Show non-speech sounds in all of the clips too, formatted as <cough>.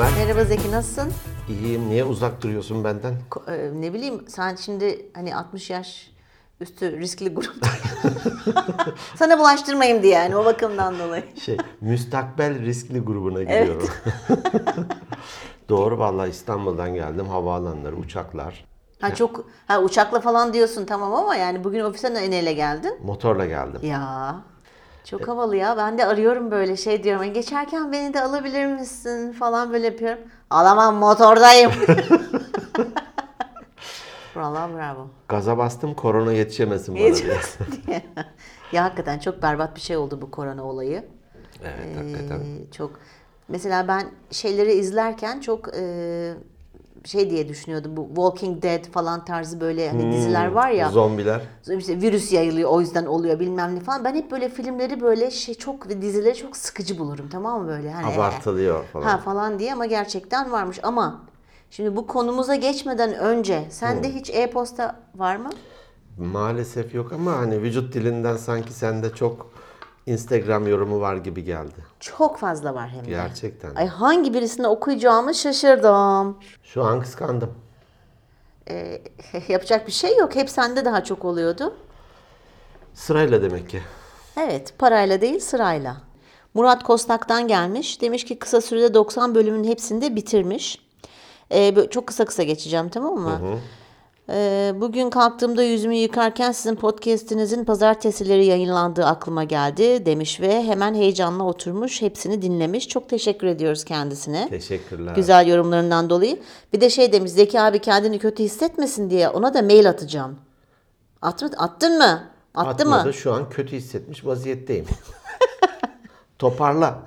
ben. Merhaba Zeki nasılsın? İyiyim. Niye uzak duruyorsun benden? Ko- e, ne bileyim sen şimdi hani 60 yaş üstü riskli grupta. Sana bulaştırmayayım diye yani o bakımdan dolayı. Şey, <laughs> müstakbel riskli grubuna giriyorum. <laughs> Doğru vallahi İstanbul'dan geldim. Havaalanları, uçaklar. Ha çok ha uçakla falan diyorsun tamam ama yani bugün ofise ne ile geldin? Motorla geldim. Ya çok havalı ya. Ben de arıyorum böyle şey diyorum. "Ay, Geçerken beni de alabilir misin falan böyle yapıyorum. Alamam motordayım. Vallahi bravo. <laughs> Gaza bastım korona yetişemesin bana diye. Geçmez diye. ya hakikaten çok berbat bir şey oldu bu korona olayı. <laughs> Evet Ee, hakikaten. çok mesela ben şeyleri izlerken çok e, şey diye düşünüyordum bu Walking Dead falan tarzı böyle Hmm. hani diziler var ya Zombiler. işte virüs yayılıyor o yüzden oluyor bilmem ne falan ben hep böyle filmleri böyle şey çok ve dizileri çok sıkıcı bulurum tamam mı böyle hani Abartılıyor "Eh, falan. ha falan diye ama gerçekten varmış ama şimdi bu konumuza geçmeden önce sende hiç e-posta var mı? Maalesef yok ama hani vücut dilinden sanki sende çok Instagram yorumu var gibi geldi. Çok fazla var hem de. Gerçekten. Ay hangi birisini okuyacağımı şaşırdım. Şu an kıskandım. Ee, yapacak bir şey yok. Hep sende daha çok oluyordu. Sırayla demek ki. Evet, parayla değil sırayla. Murat Kostak'tan gelmiş. Demiş ki kısa sürede 90 bölümün hepsini de bitirmiş. Ee, bö- çok kısa kısa geçeceğim tamam mı? Ee, bugün kalktığımda yüzümü yıkarken sizin podcastinizin pazartesileri yayınlandığı aklıma geldi demiş ve hemen heyecanla oturmuş hepsini dinlemiş. Çok teşekkür ediyoruz kendisine. Teşekkürler. Güzel yorumlarından dolayı. Bir de şey demiş Zeki abi kendini kötü hissetmesin diye ona da mail atacağım. At mı- attın mı? Attı Atmadı. mı? Şu an kötü hissetmiş <laughs> vaziyetteyim. Toparla.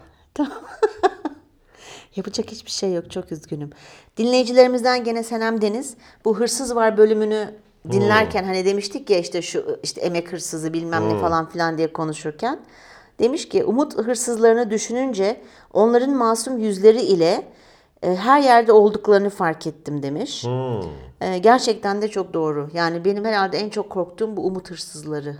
Yapacak hiçbir şey yok. Çok üzgünüm. Dinleyicilerimizden gene Senem Deniz bu hırsız var bölümünü dinlerken hani demiştik ya işte şu işte emek hırsızı bilmem ne falan filan diye konuşurken demiş ki Umut hırsızlarını düşününce onların masum yüzleri ile e, her yerde olduklarını fark ettim demiş. E, gerçekten de çok doğru. Yani benim herhalde en çok korktuğum bu umut hırsızları.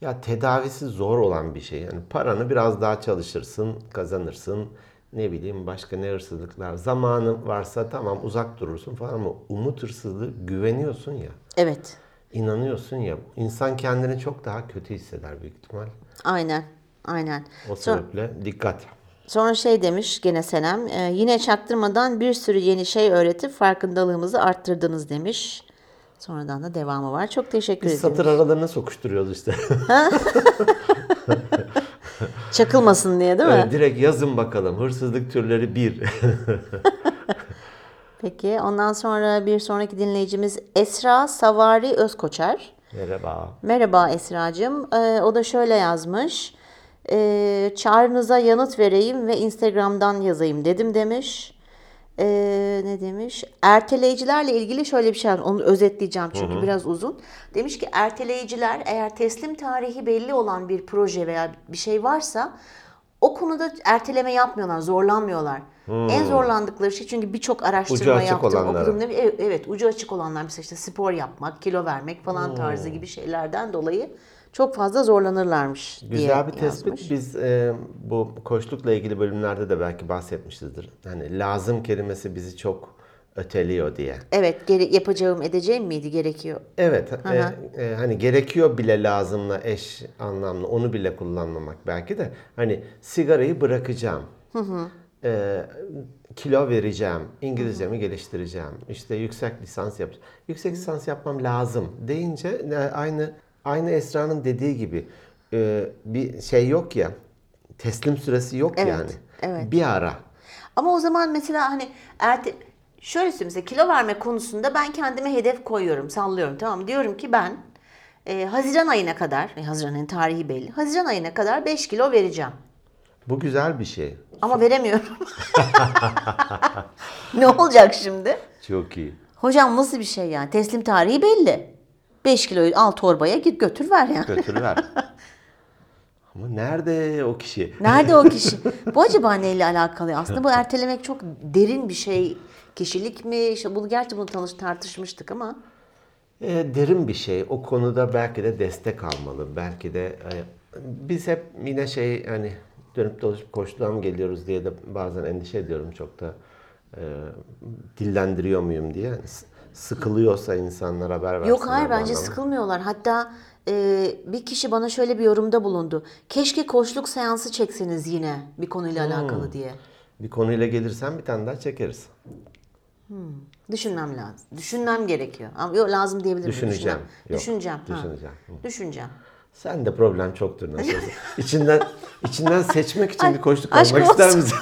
Ya tedavisi zor olan bir şey. Yani paranı biraz daha çalışırsın, kazanırsın. Ne bileyim başka ne hırsızlıklar. Zamanın varsa tamam uzak durursun falan ama umut hırsızlığı güveniyorsun ya. Evet. inanıyorsun ya. İnsan kendini çok daha kötü hisseder büyük ihtimal. Aynen. Aynen. O Sonra- sebeple dikkat. Sonra şey demiş gene Senem, e, yine çaktırmadan bir sürü yeni şey öğretip farkındalığımızı arttırdınız demiş. Sonradan da devamı var. Çok teşekkür Biz ederim. satır aralarına sokuşturuyoruz işte. Çakılmasın diye değil mi? <laughs> Direkt yazın bakalım. Hırsızlık türleri bir. Peki ondan sonra bir sonraki dinleyicimiz Esra Savari Özkoçer. Merhaba. Merhaba Esra'cığım. Ee, o da şöyle yazmış. Ee, çağrınıza yanıt vereyim ve Instagram'dan yazayım dedim demiş. Ee, ne demiş? Erteleyicilerle ilgili şöyle bir şey var. Onu özetleyeceğim çünkü biraz uzun. Demiş ki erteleyiciler eğer teslim tarihi belli olan bir proje veya bir şey varsa o konuda erteleme yapmıyorlar, zorlanmıyorlar. En zorlandıkları şey çünkü birçok araştırma açık yaptım, olanlara. okudum ne- evet, evet, ucu açık olanlar mesela işte spor yapmak, kilo vermek falan tarzı gibi şeylerden dolayı çok fazla zorlanırlarmış diye Güzel bir tespit. yazmış. Biz e, bu koçlukla ilgili bölümlerde de belki bahsetmişizdir. Hani lazım kelimesi bizi çok öteliyor diye. Evet, gere- yapacağım, edeceğim miydi gerekiyor? Evet, e, e, hani gerekiyor bile lazımla eş anlamlı onu bile kullanmamak belki de. Hani sigarayı bırakacağım, E, kilo vereceğim, İngilizcemi geliştireceğim, işte yüksek lisans yapacağım. Yüksek lisans yapmam lazım deyince e, aynı aynı Esra'nın dediği gibi e, bir şey yok ya, teslim süresi yok Evet, yani. Bir ara. Ama o zaman mesela hani erte şöyle söyleyeyim size kilo verme konusunda ben kendime hedef koyuyorum, sallıyorum tamam mı? Diyorum ki ben e, Haziran ayına kadar, e, Haziran ayının tarihi belli. Haziran ayına kadar 5 kilo vereceğim. Bu güzel bir şey. <laughs> Ama veremiyorum. <laughs> ne olacak şimdi? Çok iyi. Hocam nasıl bir şey yani? Teslim tarihi belli. 5 kiloyu al torbaya git götür ver yani. <laughs> Götürüver. Ama nerede o kişi? Nerede <laughs> o kişi? Bu acaba neyle alakalı? Aslında bu ertelemek çok derin bir şey. Kişilik mi? İşte bunu gerçi bunu tanış, tartışmıştık ama. E, derin bir şey. O konuda belki de destek almalı. Belki de e, biz hep yine şey hani dönüp dolaşıp koştuğa mı geliyoruz diye de bazen endişe ediyorum çok da. e, dillendiriyor muyum diye. Yani s- sıkılıyorsa insanlar haber versinler. Yok hayır bu bence anlamda. sıkılmıyorlar. Hatta e, bir kişi bana şöyle bir yorumda bulundu. Keşke koçluk seansı çekseniz yine bir Hmm. konuyla alakalı diye. Bir konuyla gelirsen bir tane daha çekeriz. Düşünmem lazım. Düşünmem gerekiyor. Ama yok lazım diyebilirim. Düşüneceğim. Düşünmem. Yok, Düşüneceğim. ha. düşüneceğim. Düşüneceğim. Sen de problem çoktur nasıl <laughs> olsa. İçinden, içinden seçmek için Ay, bir koçluk aşk olmak ister olsun. misin?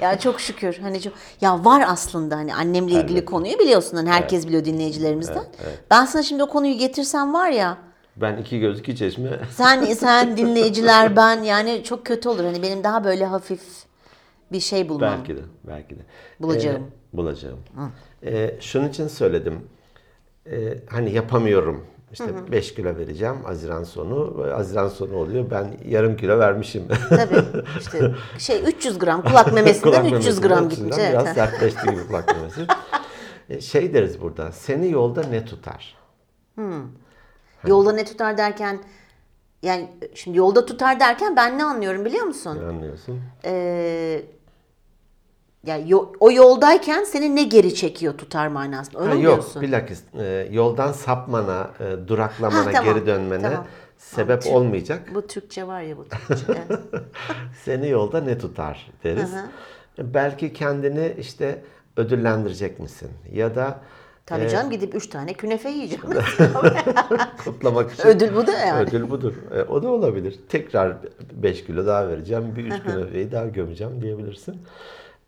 Ya çok şükür hani çok ya var aslında hani annemle ilgili konuyu biliyorsun hani herkes biliyor dinleyicilerimizden. Ben sana şimdi o konuyu getirsem var ya ben iki göz iki çeşme. sen sen dinleyiciler ben yani çok kötü olur hani benim daha böyle hafif bir şey bulmam. belki de. Belki de. Bulacağım. Ee, bulacağım. Ee, şunun için söyledim. Ee, hani yapamıyorum. İşte 5 kilo vereceğim Haziran sonu. Haziran sonu oluyor. Ben yarım kilo <laughs> vermişim. Tabii işte şey 300 gram kulak memesinden Kulak 300 memesinden, gram içinden gitmiş. Evet. Biraz sertleşti gibi kulak <laughs> memesi. E, şey deriz burada. Seni yolda ne tutar? Yolda ne tutar derken yani şimdi yolda tutar derken ben ne anlıyorum biliyor musun? Ne anlıyorsun? Ee, yani yo- o yoldayken seni ne geri çekiyor tutar manasında. Öyle Ha, mi yok diyorsun? bilakis e, yoldan sapmana, e, duraklamana, Ha, tamam, geri dönmene tamam. sebep Anladım. olmayacak. Bu Türkçe var ya bu <laughs> Türkçe. Evet. Seni yolda ne tutar deriz. Belki kendini işte ödüllendirecek misin? Ya da Tabii Ee, canım gidip 3 tane künefe yiyeceğim. <laughs> kutlamak için. Ödül bu da yani. Ödül budur. E, o da olabilir. Tekrar 5 kilo daha vereceğim. Bir 3 kilo daha gömeceğim diyebilirsin.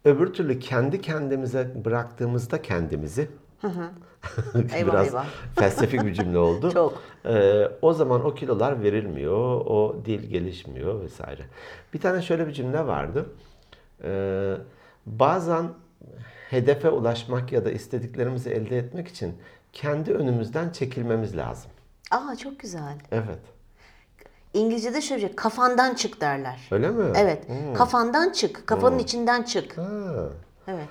Öbür türlü kendi kendimize bıraktığımızda kendimizi <laughs> Eyvah, biraz <laughs> eyvah. felsefik bir cümle oldu. Çok. E, o zaman o kilolar verilmiyor. O dil gelişmiyor vesaire. Bir tane şöyle bir cümle vardı. E, bazen hedefe ulaşmak ya da istediklerimizi elde etmek için kendi önümüzden çekilmemiz lazım. Aa çok güzel. Evet. İngilizce'de şöyle bir şey, kafandan çık derler. Öyle mi? Evet. Hmm. Kafandan çık. Kafanın içinden çık. Ha. Evet.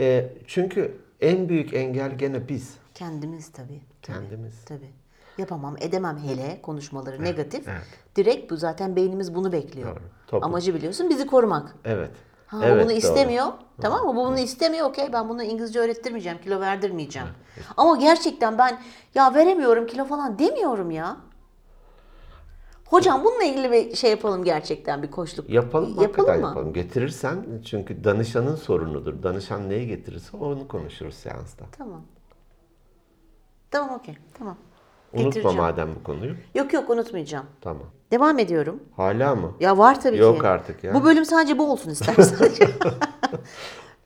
E, çünkü en büyük engel gene biz. Kendimiz tabii. Tabii. Kendimiz. Tabii. Yapamam, edemem hele konuşmaları negatif. Direkt bu zaten beynimiz bunu bekliyor. Doğru. Toplum. Amacı biliyorsun bizi korumak. Evet. Ha, evet, o bunu doğru. istemiyor. Tamam mı? Bu bunu istemiyor. Okey ben bunu İngilizce öğrettirmeyeceğim. Kilo verdirmeyeceğim. Ama gerçekten ben ya veremiyorum kilo falan demiyorum ya. Hocam bununla ilgili bir şey yapalım gerçekten bir koçluk. Yapalım, mı? Yapalım hakikaten mı? yapalım. Getirirsen çünkü danışanın sorunudur. Danışan neyi getirirse onu konuşuruz seansta. Tamam. Tamam okey. Tamam. Unutma Getireceğim. madem bu konuyu. Yok yok unutmayacağım. Tamam. Devam ediyorum. Hala mı? Ya var tabii ki. Yok artık ya. Bu bölüm sadece bu <laughs> olsun istersen.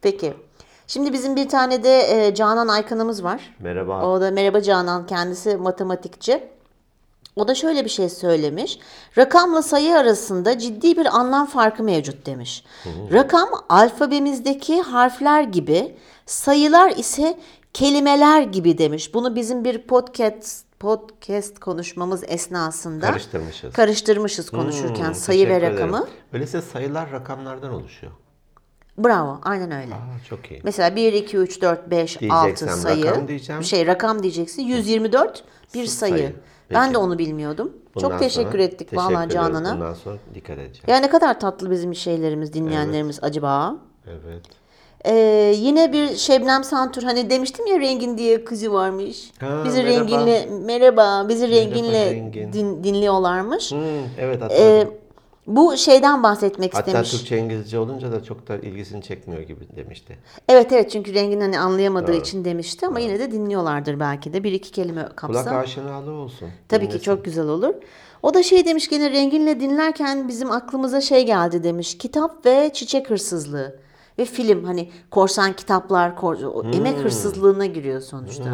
Peki. Şimdi bizim bir tane de e, Canan Aykan'ımız var. Merhaba. O da merhaba Canan kendisi matematikçi. O da şöyle bir şey söylemiş. Rakamla sayı arasında ciddi bir anlam farkı mevcut demiş. Hmm. Rakam alfabemizdeki harfler gibi, sayılar ise kelimeler gibi demiş. Bunu bizim bir podcast podcast konuşmamız esnasında Karıştırmışız. karıştırmışız konuşurken Hmm, sayı ve teşekkür ederim. rakamı. Öyleyse sayılar rakamlardan oluşuyor. Bravo, aynen öyle. Aa, çok iyi. Mesela 1, 2, 3, 4, 5, 6 Diyeceksem sayı. rakam diyeceğim. Şey rakam diyeceksin. 124 bir sayı. sayı. Ben Peki. de onu bilmiyordum. Bundan Çok teşekkür sonra- ettik teşekkür vallahi ediyoruz. Canan'a. Bundan sonra dikkat edeceğim. Ya ne kadar tatlı bizim şeylerimiz, dinleyenlerimiz acaba? Evet. Ee, yine bir Şebnem Santur hani demiştim ya rengin diye kızı varmış. Ha, bizi merhaba. renginle merhaba, bizi renginle Rengin. din- dinliyorlarmış. Hmm, evet Ee, hatırladım. bu şeyden bahsetmek Hatta istemiş. Türkçe İngilizce olunca da çok da ilgisini çekmiyor gibi demişti. Evet evet çünkü rengin hani anlayamadığı için demişti ama yine de dinliyorlardır belki de bir iki kelime Kulak kapsa. aşinalığı olsun. Tabii ki çok güzel olur. O da şey demiş gene renginle dinlerken bizim aklımıza şey geldi demiş. Kitap ve çiçek hırsızlığı ve film hani korsan kitaplar, kor- o Hmm. emek hırsızlığına giriyor sonuçta.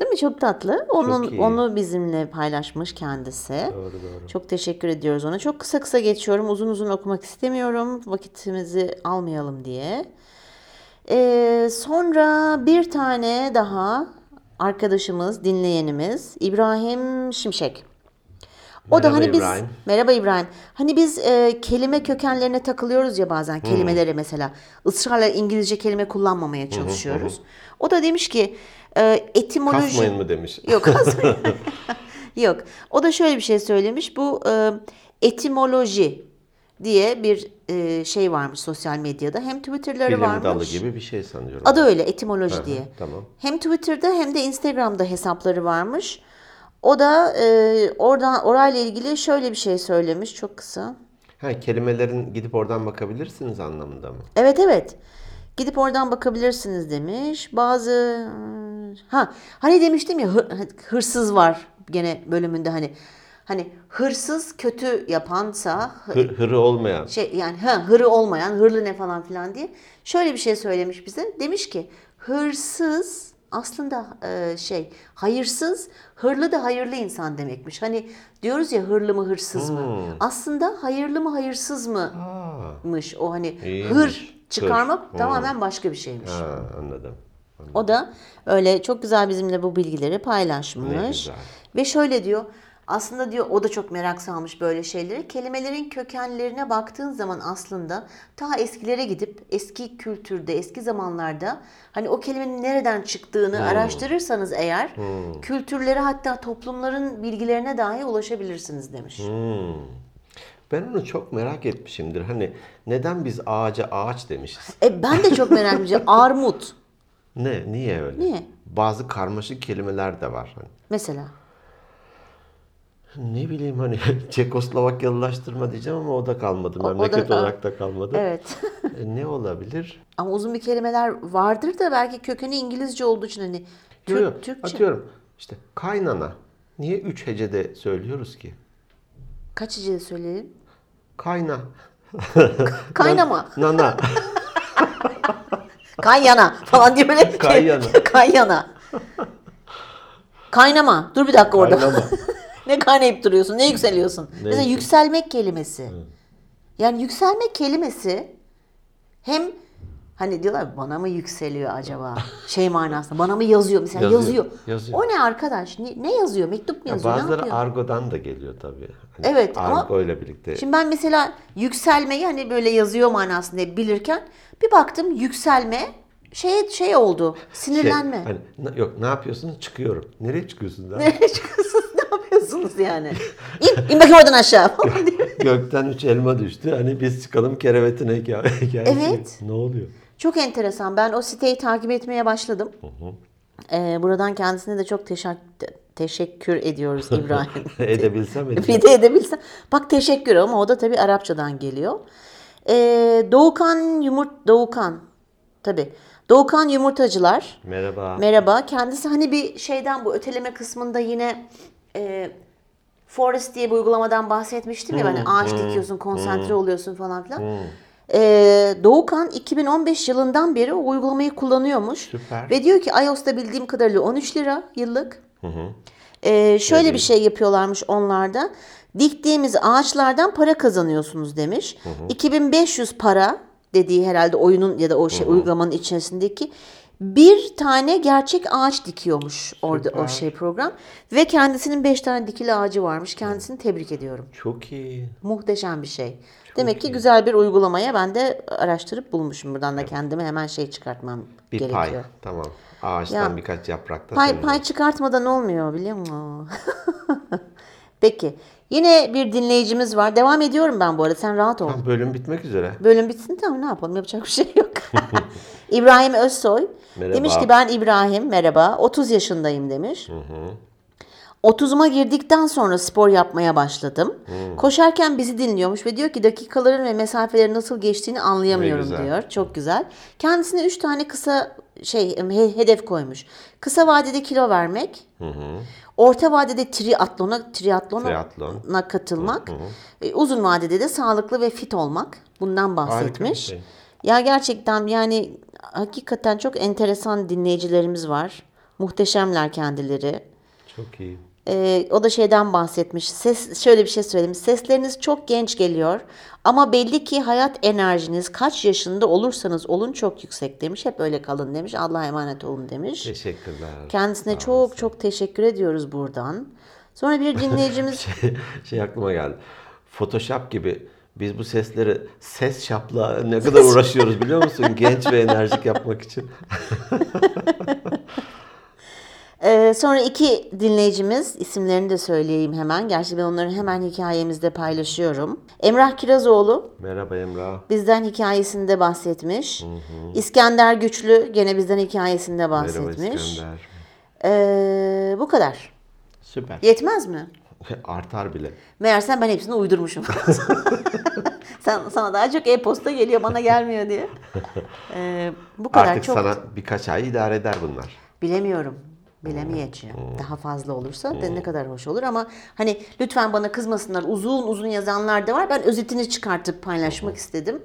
Değil mi? Çok tatlı. Onun Çok iyi. onu bizimle paylaşmış kendisi. Doğru doğru. Çok teşekkür ediyoruz ona. Çok kısa kısa geçiyorum. Uzun uzun okumak istemiyorum. Vakitimizi almayalım diye. Ee, sonra bir tane daha arkadaşımız, dinleyenimiz İbrahim Şimşek. O da Merhaba hani biz İbrahim. merhaba İbrahim. Hani biz e, kelime kökenlerine takılıyoruz ya bazen kelimelere mesela ısrarla İngilizce kelime kullanmamaya çalışıyoruz. O da demiş ki e, etimoloji Kasmayın mı demiş. Yok <laughs> aslında. Yok. O da şöyle bir şey söylemiş. Bu e, etimoloji. diye bir e, şey varmış sosyal medyada. Hem Twitter'ları Bilim varmış. dalı gibi bir şey sanıyorum. Adı öyle etimoloji diye. tamam. Hem Twitter'da hem de Instagram'da hesapları varmış. O da e, oradan orayla ilgili şöyle bir şey söylemiş çok kısa. Ha, kelimelerin gidip oradan bakabilirsiniz anlamında mı? Evet evet. Gidip oradan bakabilirsiniz demiş. Bazı ha hani demiştim ya hı- hırsız var gene bölümünde hani hani hırsız kötü yapansa hı- Hır, hırı olmayan. şey yani ha hırı olmayan hırlı ne falan filan diye şöyle bir şey söylemiş bize. Demiş ki hırsız aslında e, şey hayırsız hırlı da hayırlı insan demekmiş. Hani diyoruz ya hırlı mı hırsız mı? Aslında hayırlı mı hayırsız mı Aa, mış o hani İyiymiş. hır çıkarmak Hır. tamamen başka bir şeymiş. ha, anladım. O da öyle çok güzel bizimle bu bilgileri Ne paylaşmış. güzel. Ve şöyle diyor. Aslında diyor o da çok merak salmış böyle şeyleri. Kelimelerin kökenlerine baktığın zaman aslında ta eskilere gidip eski kültürde, eski zamanlarda hani o kelimenin nereden çıktığını araştırırsanız eğer kültürlere hatta toplumların bilgilerine dahi ulaşabilirsiniz demiş. Ben onu çok merak etmişimdir. Hani neden biz ağaca ağaç demişiz? E ben de çok <laughs> merak ediyorum. Armut Ne? Niye öyle? Niye? Bazı karmaşık kelimeler de var. Hani mesela. Ne bileyim hani <laughs> Çekoslovakyalılaştırma diyeceğim ama o da kalmadı. o da- Memleket olarak da kalmadı. Evet. E, ne olabilir? Ama uzun bir kelimeler vardır da belki kökeni İngilizce olduğu için hani Türk, Yok, yok. Türkçe Atıyorum işte kaynana. Niye üç hecede söylüyoruz ki? kaç hece söyleyelim? Kayna. <laughs> Kaynama, <laughs> Nana. kaynana falan diye böyle şey- <laughs> Kaynana. kaynana. Kaynama. Dur bir dakika orada. Kaynama. <laughs> ne kaynayıp duruyorsun? Ne yükseliyorsun? Mesela yüksel- yükselmek kelimesi. Yani yükselmek kelimesi hem hani diyorlar bana mı yükseliyor acaba? Şey manasında. Bana mı yazıyor mesela Yazıyor, yazıyor. yazıyor. O ne arkadaş? Ne, ne yazıyor? Mektup mu yazıyor? ne Bazıları yapıyor? argodan da geliyor tabii. Hani Evet, ama- Argo ile birlikte. şey, Şimdi ben mesela yükselmeyi hani böyle yazıyor manasında bilirken bir baktım yükselme şey şey oldu. Şey, Sinirlenme. hani, na- yok ne yapıyorsun? Çıkıyorum. Nereye çıkıyorsun? <laughs> daha? Nereye çıkıyorsunuz? Ne yapıyorsunuz yani? İn, in bakayım oradan aşağı falan diye. Gökten üç elma düştü. Hani biz çıkalım kerevetine hikaye. hikayesi. Evet. Ne oluyor? <laughs> Çok enteresan. Ben o siteyi takip etmeye başladım. Ee, buradan kendisine de çok teşekkür teşekkür ediyoruz İbrahim. <laughs> Edebilsem edeyim. Bir de edebilsem. Bak teşekkür ama o da tabii Arapçadan geliyor. Ee, Doğukan Yumurt Doğukan tabii. Doğukan Yumurtacılar. Merhaba. Merhaba. Kendisi hani bir şeyden bu öteleme kısmında yine e, Forest diye bir uygulamadan bahsetmiştim ya. Hani ağaç dikiyorsun, konsantre oluyorsun falan filan. E, Doğukan 2015 yılından beri o uygulamayı kullanıyormuş. Süper. Ve diyor ki iOS'ta bildiğim kadarıyla 13 lira yıllık. E, şöyle bir şey yapıyorlarmış onlarda. Diktiğimiz ağaçlardan para kazanıyorsunuz demiş. 2500 para dediği herhalde oyunun ya da o şey uygulamanın içerisindeki bir tane gerçek ağaç dikiyormuş orada o şey program ve kendisinin 5 tane dikili ağacı varmış. Kendisini tebrik ediyorum. Çok iyi. Muhteşem bir şey. Demek ki güzel bir uygulamaya ben de araştırıp bulmuşum. Buradan da kendime hemen şey çıkartmam Bir gerekiyor. pay. Tamam. Ağaçtan Ya, birkaç yaprakta. Pay senin. pay çıkartmadan olmuyor biliyor musun? <laughs> Peki. Yine bir dinleyicimiz var. Devam ediyorum ben bu arada. Sen rahat ol. Tamam, Ah, Bölüm bitmek üzere. Bölüm bitsin tamam ne yapalım yapacak bir şey <laughs> yok. İbrahim Özsoy Merhaba. demiş ki ben İbrahim merhaba 30 yaşındayım demiş. 30'uma girdikten sonra spor yapmaya başladım. Koşarken bizi dinliyormuş ve diyor ki dakikaların ve mesafelerin nasıl geçtiğini anlayamıyorum güzel. diyor. Çok güzel. Kendisine 3 tane kısa şey he- hedef koymuş. Kısa vadede kilo vermek, orta vadede triatlona triatlona Triatlon. na katılmak, e, uzun vadede de sağlıklı ve fit olmak bundan bir bahsetmiş. şey. Ya gerçekten yani hakikaten çok enteresan dinleyicilerimiz var. Muhteşemler kendileri. Çok iyi. E, o da şeyden bahsetmiş. Ses şöyle bir şey söyleyeyim. Sesleriniz çok genç geliyor ama belli ki hayat enerjiniz kaç yaşında olursanız olun çok yüksek demiş. Hep öyle kalın demiş. Allah'a emanet olun demiş. Teşekkürler. Kendisine çok çok teşekkür ediyoruz buradan. <laughs> Sonra bir dinleyicimiz şey aklıma geldi. Photoshop gibi biz bu sesleri ses şapla ne <laughs> kadar uğraşıyoruz biliyor musun? Genç ve enerjik yapmak için. Ee, sonra iki dinleyicimiz isimlerini de söyleyeyim hemen. Gerçi ben onları hemen hikayemizde paylaşıyorum. Emrah Kirazoğlu Merhaba Emrah. bizden hikayesinde bahsetmiş. İskender Güçlü gene bizden hikayesinde Merhaba bahsetmiş. İskender. Ee, bu kadar. Süper. Yetmez mi? Artar bile. Meğersem ben <laughs> hepsini uydurmuşum. <laughs> Sen, sana daha çok e-posta geliyor bana <laughs> gelmiyor diye. Ee, bu kadar Artık çok. sana birkaç ay idare eder bunlar. Bilemiyorum. Bilemeyeceğim. Daha fazla olursa de ne kadar hoş olur ama hani lütfen bana kızmasınlar. Uzun uzun yazanlar da var. Ben özetini çıkartıp paylaşmak istedim.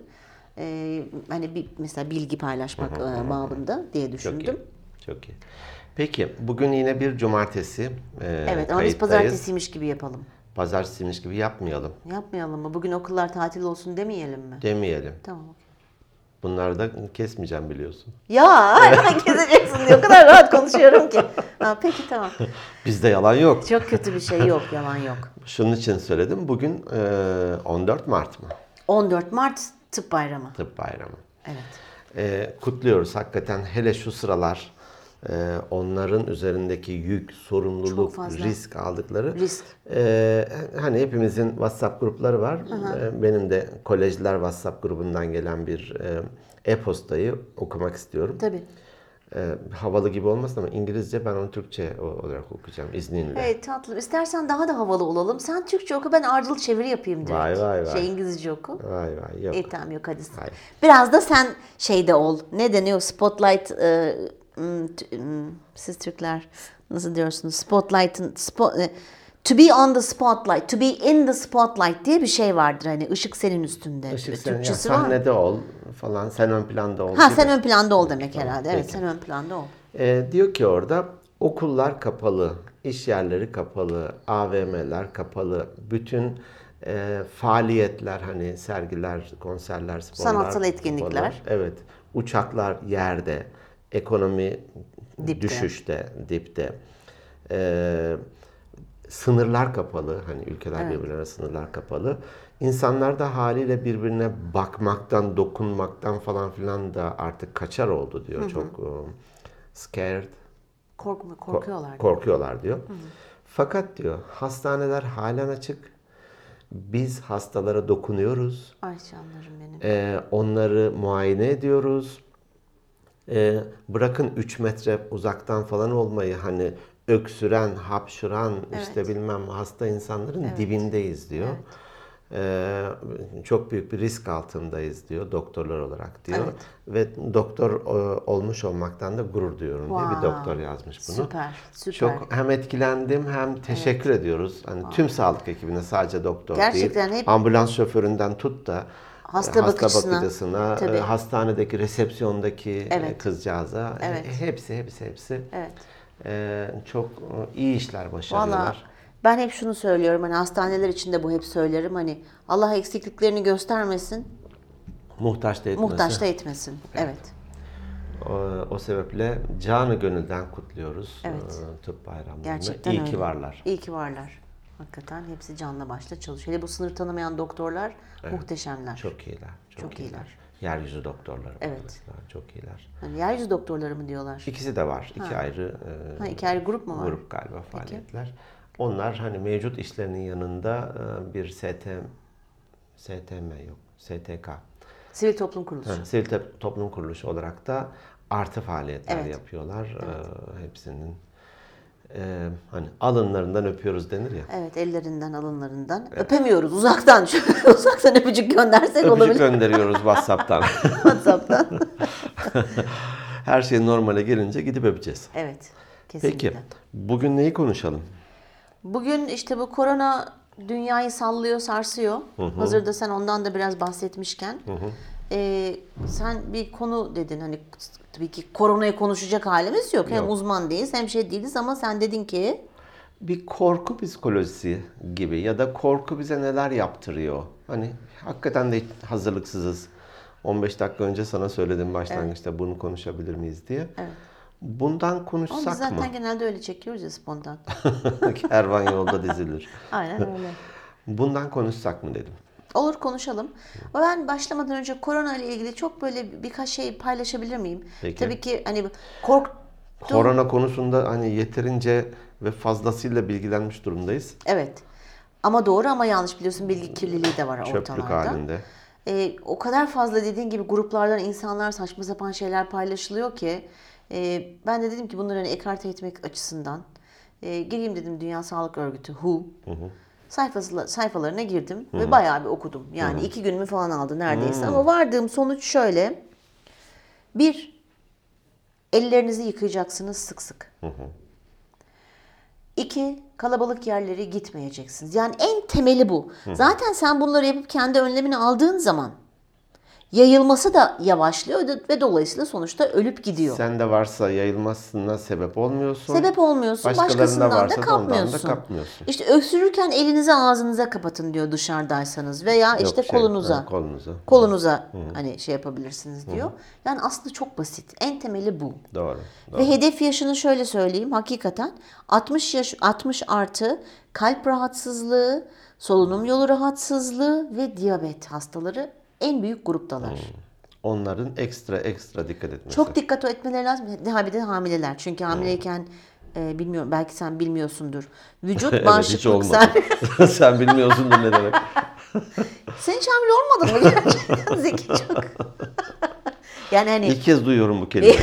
Ee, hani bir, mesela bilgi paylaşmak e, babında diye Çok düşündüm. iyi. Çok iyi. Peki bugün yine bir cumartesi e, Evet ama biz kayıttayız. pazartesiymiş gibi yapalım. Pazartesiymiş gibi yapmayalım Yapmayalım mı? Bugün okullar tatil olsun demeyelim mi? demeyelim. Tamam. Bunları da kesmeyeceğim biliyorsun. Ya <laughs> hemen keseceksin diye o kadar rahat <laughs> konuşuyorum ki. Ha, peki tamam. Bizde yalan yok. Çok kötü bir şey yok, yalan yok. Şunun için söyledim. Bugün e, 14 Mart mı? 14 Mart Tıp Bayramı. Tıp Bayramı. Evet. E, kutluyoruz hakikaten. Hele şu sıralar e, onların üzerindeki yük, Çok sorumluluk, fazla. risk aldıkları. Risk. E, hani hepimizin WhatsApp grupları var. E, benim de kolejler WhatsApp grubundan gelen bir e, e-postayı okumak istiyorum. Tabii. E, havalı gibi olmasın ama İngilizce ben onu Türkçe o- olarak okuyacağım izninle. Hey tatlım istersen daha da havalı olalım. Sen Türkçe oku ben ardıl çeviri yapayım direkt. Vay, vay, vay. Şey İngilizce oku. Vay vay yok. İyi tamam yok hadi. Hayır. Biraz da sen şeyde ol. Ne deniyor? Spotlight e, m, t- m, siz Türkler nasıl diyorsunuz? Spotlight'ın spot e, to be on the spotlight, to be in the spotlight diye bir şey vardır hani ışık senin üstünde. Işık sen- ya, Türkçesi var. mı? sahnede ol falan sen ön planda ol. Ha gibi. sen ön planda ol demek herhalde. Evet peki. sen ön planda ol. E, diyor ki orada okullar kapalı, iş yerleri kapalı, AVM'ler kapalı, bütün e, faaliyetler hani sergiler, konserler, sporlar, Sanatsal kapalı. etkinlikler. Evet, uçaklar yerde, ekonomi Dipte. düşüşte, dipte. E, sınırlar kapalı, hani ülkeler birbirine sınırlar kapalı. İnsanlar da haliyle birbirine bakmaktan, dokunmaktan falan filan da artık kaçar oldu diyor. Çok e, scared, Korkma korkuyorlar. korkuyorlar diyor. Fakat diyor hastaneler halen açık. Biz hastalara dokunuyoruz. Ay canlarım benim. Ee, onları muayene ediyoruz. Ee, bırakın 3 metre uzaktan falan olmayı hani öksüren, hapşuran işte bilmem hasta insanların dibindeyiz diyor. Ee, çok büyük bir risk altındayız diyor doktorlar olarak diyor. Ve doktor e, olmuş olmaktan da gurur duyuyorum diye bir Wow. doktor yazmış bunu. Süper, süper. Çok hem etkilendim hem teşekkür ediyoruz. Hani tüm sağlık ekibine sadece doktor Gerçekten değil, hep- ambulans şoföründen tut da e, hasta Hasta bakıcısına, bakıcısına, tabii. e, hastanedeki resepsiyondaki e, Evet. kızcağıza e, Evet. hepsi hepsi hepsi Evet. e, çok e, iyi işler başarıyorlar. Valla ben hep şunu söylüyorum hani hastaneler için de bu hep söylerim hani Allah eksikliklerini göstermesin, Muhtaç da etmesi. muhtaç da etmesin. Evet. O, o sebeple canı gönülden kutluyoruz Evet. e, tıp bayramlarını. Gerçekten iyi öyle. ki varlar. İyi ki varlar. Hakikaten hepsi canla başla çalışıyor. Hele bu sınır tanımayan doktorlar muhteşemler. Çok iyiler. Çok, Çok iyiler. iyiler. Yeryüzü doktorları. Evet. mesela, Çok iyiler. Hani yeryüzü doktorları mı diyorlar? İkisi de var. İki ayrı e, Ha, iki ayrı grup mu var? grup galiba faaliyetler. Onlar hani mevcut işlerinin yanında e, bir STM STM yok. STK. Sivil toplum kuruluşu. Ha, Sivil Te- Toplum Kuruluşu olarak da artı faaliyetler Evet. yapıyorlar. E, hepsinin e, hani alınlarından öpüyoruz denir ya. Evet ellerinden alınlarından. Öpemiyoruz uzaktan. <laughs> Şöyle uzaktan öpücük göndersek Öpücük olabilir <laughs> gönderiyoruz WhatsApp'tan. WhatsApp'tan. Her şey normale gelince gidip öpeceğiz. evet. Kesinlikle. Peki bugün neyi konuşalım? Bugün işte bu korona dünyayı sallıyor, sarsıyor. Hazırda sen ondan da biraz bahsetmişken. Ee, sen bir konu dedin hani tabii ki koronayı konuşacak halimiz yok. Hem uzman değiliz hem şey değiliz ama sen dedin ki bir korku psikolojisi gibi ya da korku bize neler yaptırıyor? Hani hakikaten de hiç hazırlıksızız. 15 dakika önce sana söyledim başlangıçta bunu konuşabilir miyiz diye. Bundan ama biz konuşsak zaten mı? genelde öyle çekiyoruz <laughs> ya spontan. Kervan yolda dizilir. Aynen öyle. Bundan konuşsak mı dedim. Olur konuşalım. Ama ben başlamadan önce korona ile ilgili çok böyle birkaç şey paylaşabilir miyim? Peki. Tabii ki hani kork Korona konusunda hani yeterince ve fazlasıyla bilgilenmiş durumdayız. Evet. Ama doğru ama yanlış biliyorsun bilgi kirliliği de var Çöplük ortalarda. halinde. Ee, o kadar fazla dediğin gibi gruplardan insanlar saçma sapan şeyler paylaşılıyor ki e, ben de dedim ki bunları hani ekarte etmek açısından e, gireyim dedim Dünya Sağlık Örgütü WHO sayfası sayfalarına girdim ve bayağı bir okudum. Yani iki günümü falan aldı neredeyse ama vardığım sonuç şöyle. Bir, ellerinizi yıkayacaksınız sık sık. İki, kalabalık yerlere gitmeyeceksiniz. Yani en temeli bu. Zaten sen bunları yapıp kendi önlemini aldığın zaman yayılması da yavaşlıyor ve dolayısıyla sonuçta ölüp gidiyor. Sen de varsa yayılmasına sebep olmuyorsun. Sebep olmuyorsun, Başkalarında başkasından varsa da da ondan da kapmıyorsun. kapmıyorsun. İşte öksürürken elinizi ağzınıza kapatın diyor dışarıdaysanız veya Yok, işte şey, kolunuza. ha, kolunuza. Kolunuza hani şey yapabilirsiniz diyor. Yani aslında çok basit. En temeli bu. Doğru. doğru. Ve hedef yaşını şöyle söyleyeyim hakikaten 60 yaş 60 artı kalp rahatsızlığı, solunum yolu rahatsızlığı ve diyabet hastaları en büyük gruptalar. Onların ekstra ekstra dikkat etmesi. Çok dikkat etmeleri lazım. Ha bir de hamileler. Çünkü hamileyken e, bilmiyorum belki sen bilmiyorsundur. <laughs> Vücut evet, hiç bağışıklık olmadı. <laughs> <laughs> sen, Sen... bilmiyorsun da ne <laughs> demek. sen hiç hamile olmadın mı <laughs> gerçekten Zeki çok. <laughs> yani hani İlk kez duyuyorum bu <laughs> kelimeyi.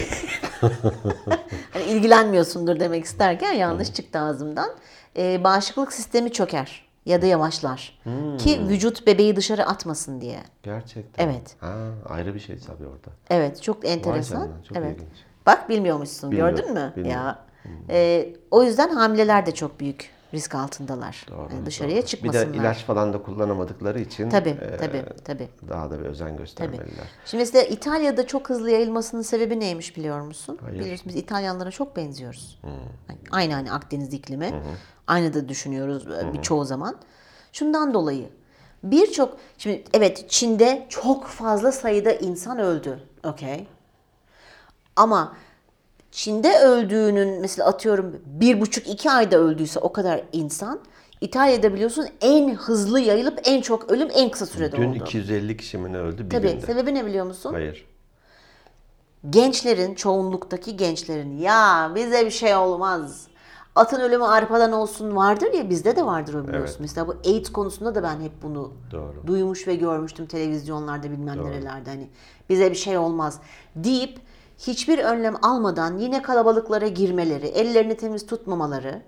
Hani ilgilenmiyorsundur demek isterken yanlış çıktı ağzımdan. Ee, bağışıklık sistemi çöker ya da yavaşlar. Hmm. Ki vücut bebeği dışarı atmasın diye. Gerçekten. Evet. Ha, ayrı bir şey tabii orada. Evet çok enteresan. canına, çok evet. ilginç. Bak bilmiyormuşsun Bilmiyorum, gördün mü? bilmiyorum. Ya. Ee, o yüzden hamileler de çok büyük risk altındalar. Doğru, Yani dışarıya doğru. Bir çıkmasınlar. de ilaç falan da kullanamadıkları için Tabii e, tabii tabii. daha da bir özen göstermeliler. Şimdi mesela İtalya'da çok hızlı yayılmasının sebebi neymiş biliyor musun? Biliyorsun biz İtalyanlara çok benziyoruz. Yani Aynı aynı Akdeniz iklimi. Aynı da düşünüyoruz e, birçoğu zaman. Şundan dolayı birçok şimdi evet Çin'de çok fazla sayıda insan öldü. Okey. Ama Çin'de öldüğünün mesela atıyorum bir buçuk iki ayda öldüyse o kadar insan İtalya'da biliyorsun en hızlı yayılıp en çok ölüm en kısa sürede Dün oldu. 250 kişi mi ne öldü bir Tabii. günde? Sebebi ne biliyor musun? Hayır. Gençlerin, çoğunluktaki gençlerin ya bize bir şey olmaz. Atın ölümü arpadan olsun vardır ya bizde de vardır o biliyorsun. Mesela bu AIDS konusunda da ben hep bunu Doğru. duymuş ve görmüştüm televizyonlarda bilmem nerelerde hani bize bir şey olmaz deyip hiçbir önlem almadan yine kalabalıklara girmeleri, ellerini temiz tutmamaları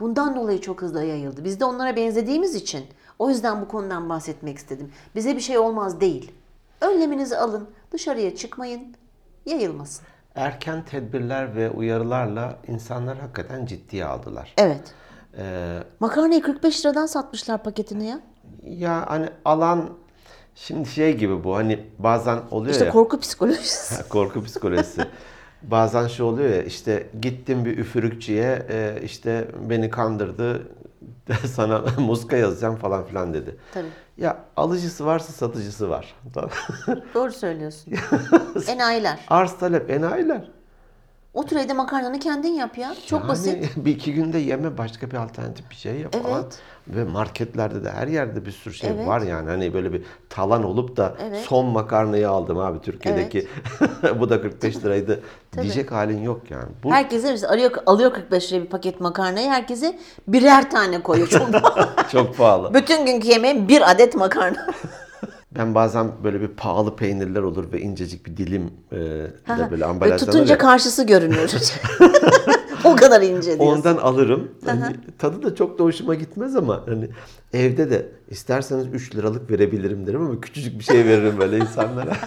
bundan dolayı çok hızlı yayıldı. Biz de onlara benzediğimiz için o yüzden bu konudan bahsetmek istedim. Bize bir şey olmaz değil. Önleminizi alın, dışarıya çıkmayın, yayılmasın. Erken tedbirler ve uyarılarla insanlar hakikaten ciddiye aldılar. Evet. Ee, Makarnayı 45 liradan satmışlar paketini ya. ya hani alan şimdi şey gibi bu hani bazen oluyor İşte ya korku <laughs> psikolojisi. korku psikolojisi. bazen şey oluyor ya işte gittim bir üfürükçüye e, işte beni kandırdı <laughs> sana muska yazacağım falan filan dedi. Tabii. Ya alıcısı varsa satıcısı var. <laughs> Tamam. Doğru söylüyorsun. Enayiler. Arz talep enayiler. Otur evde makarnanı kendin yap ya. Çok Yani basit. <laughs> Bir iki günde yeme başka bir alternatif bir şey yap falan. Evet. Ve marketlerde de her yerde bir sürü şey Evet. var yani. Hani böyle bir talan olup da Evet. son makarnayı aldım abi Türkiye'deki. <laughs> Bu da 45 liraydı. Diyecek halin yok yani. Bu Herkese mesela arıyor, alıyor 45 liraya bir paket makarnayı. Herkese birer tane koyuyor. Çok <laughs> çok pahalı. Bütün günkü yemeğin bir adet makarna. Ben bazen böyle bir pahalı peynirler olur ve incecik bir dilim e, de <laughs> böyle Ve ambalajdan tutunca <laughs> karşısı görünüyor. o kadar ince diyorsun. Ondan alırım. Hani tadı da çok da hoşuma gitmez ama hani evde de isterseniz 3 liralık verebilirim derim ama küçücük bir şey veririm böyle insanlara. <laughs>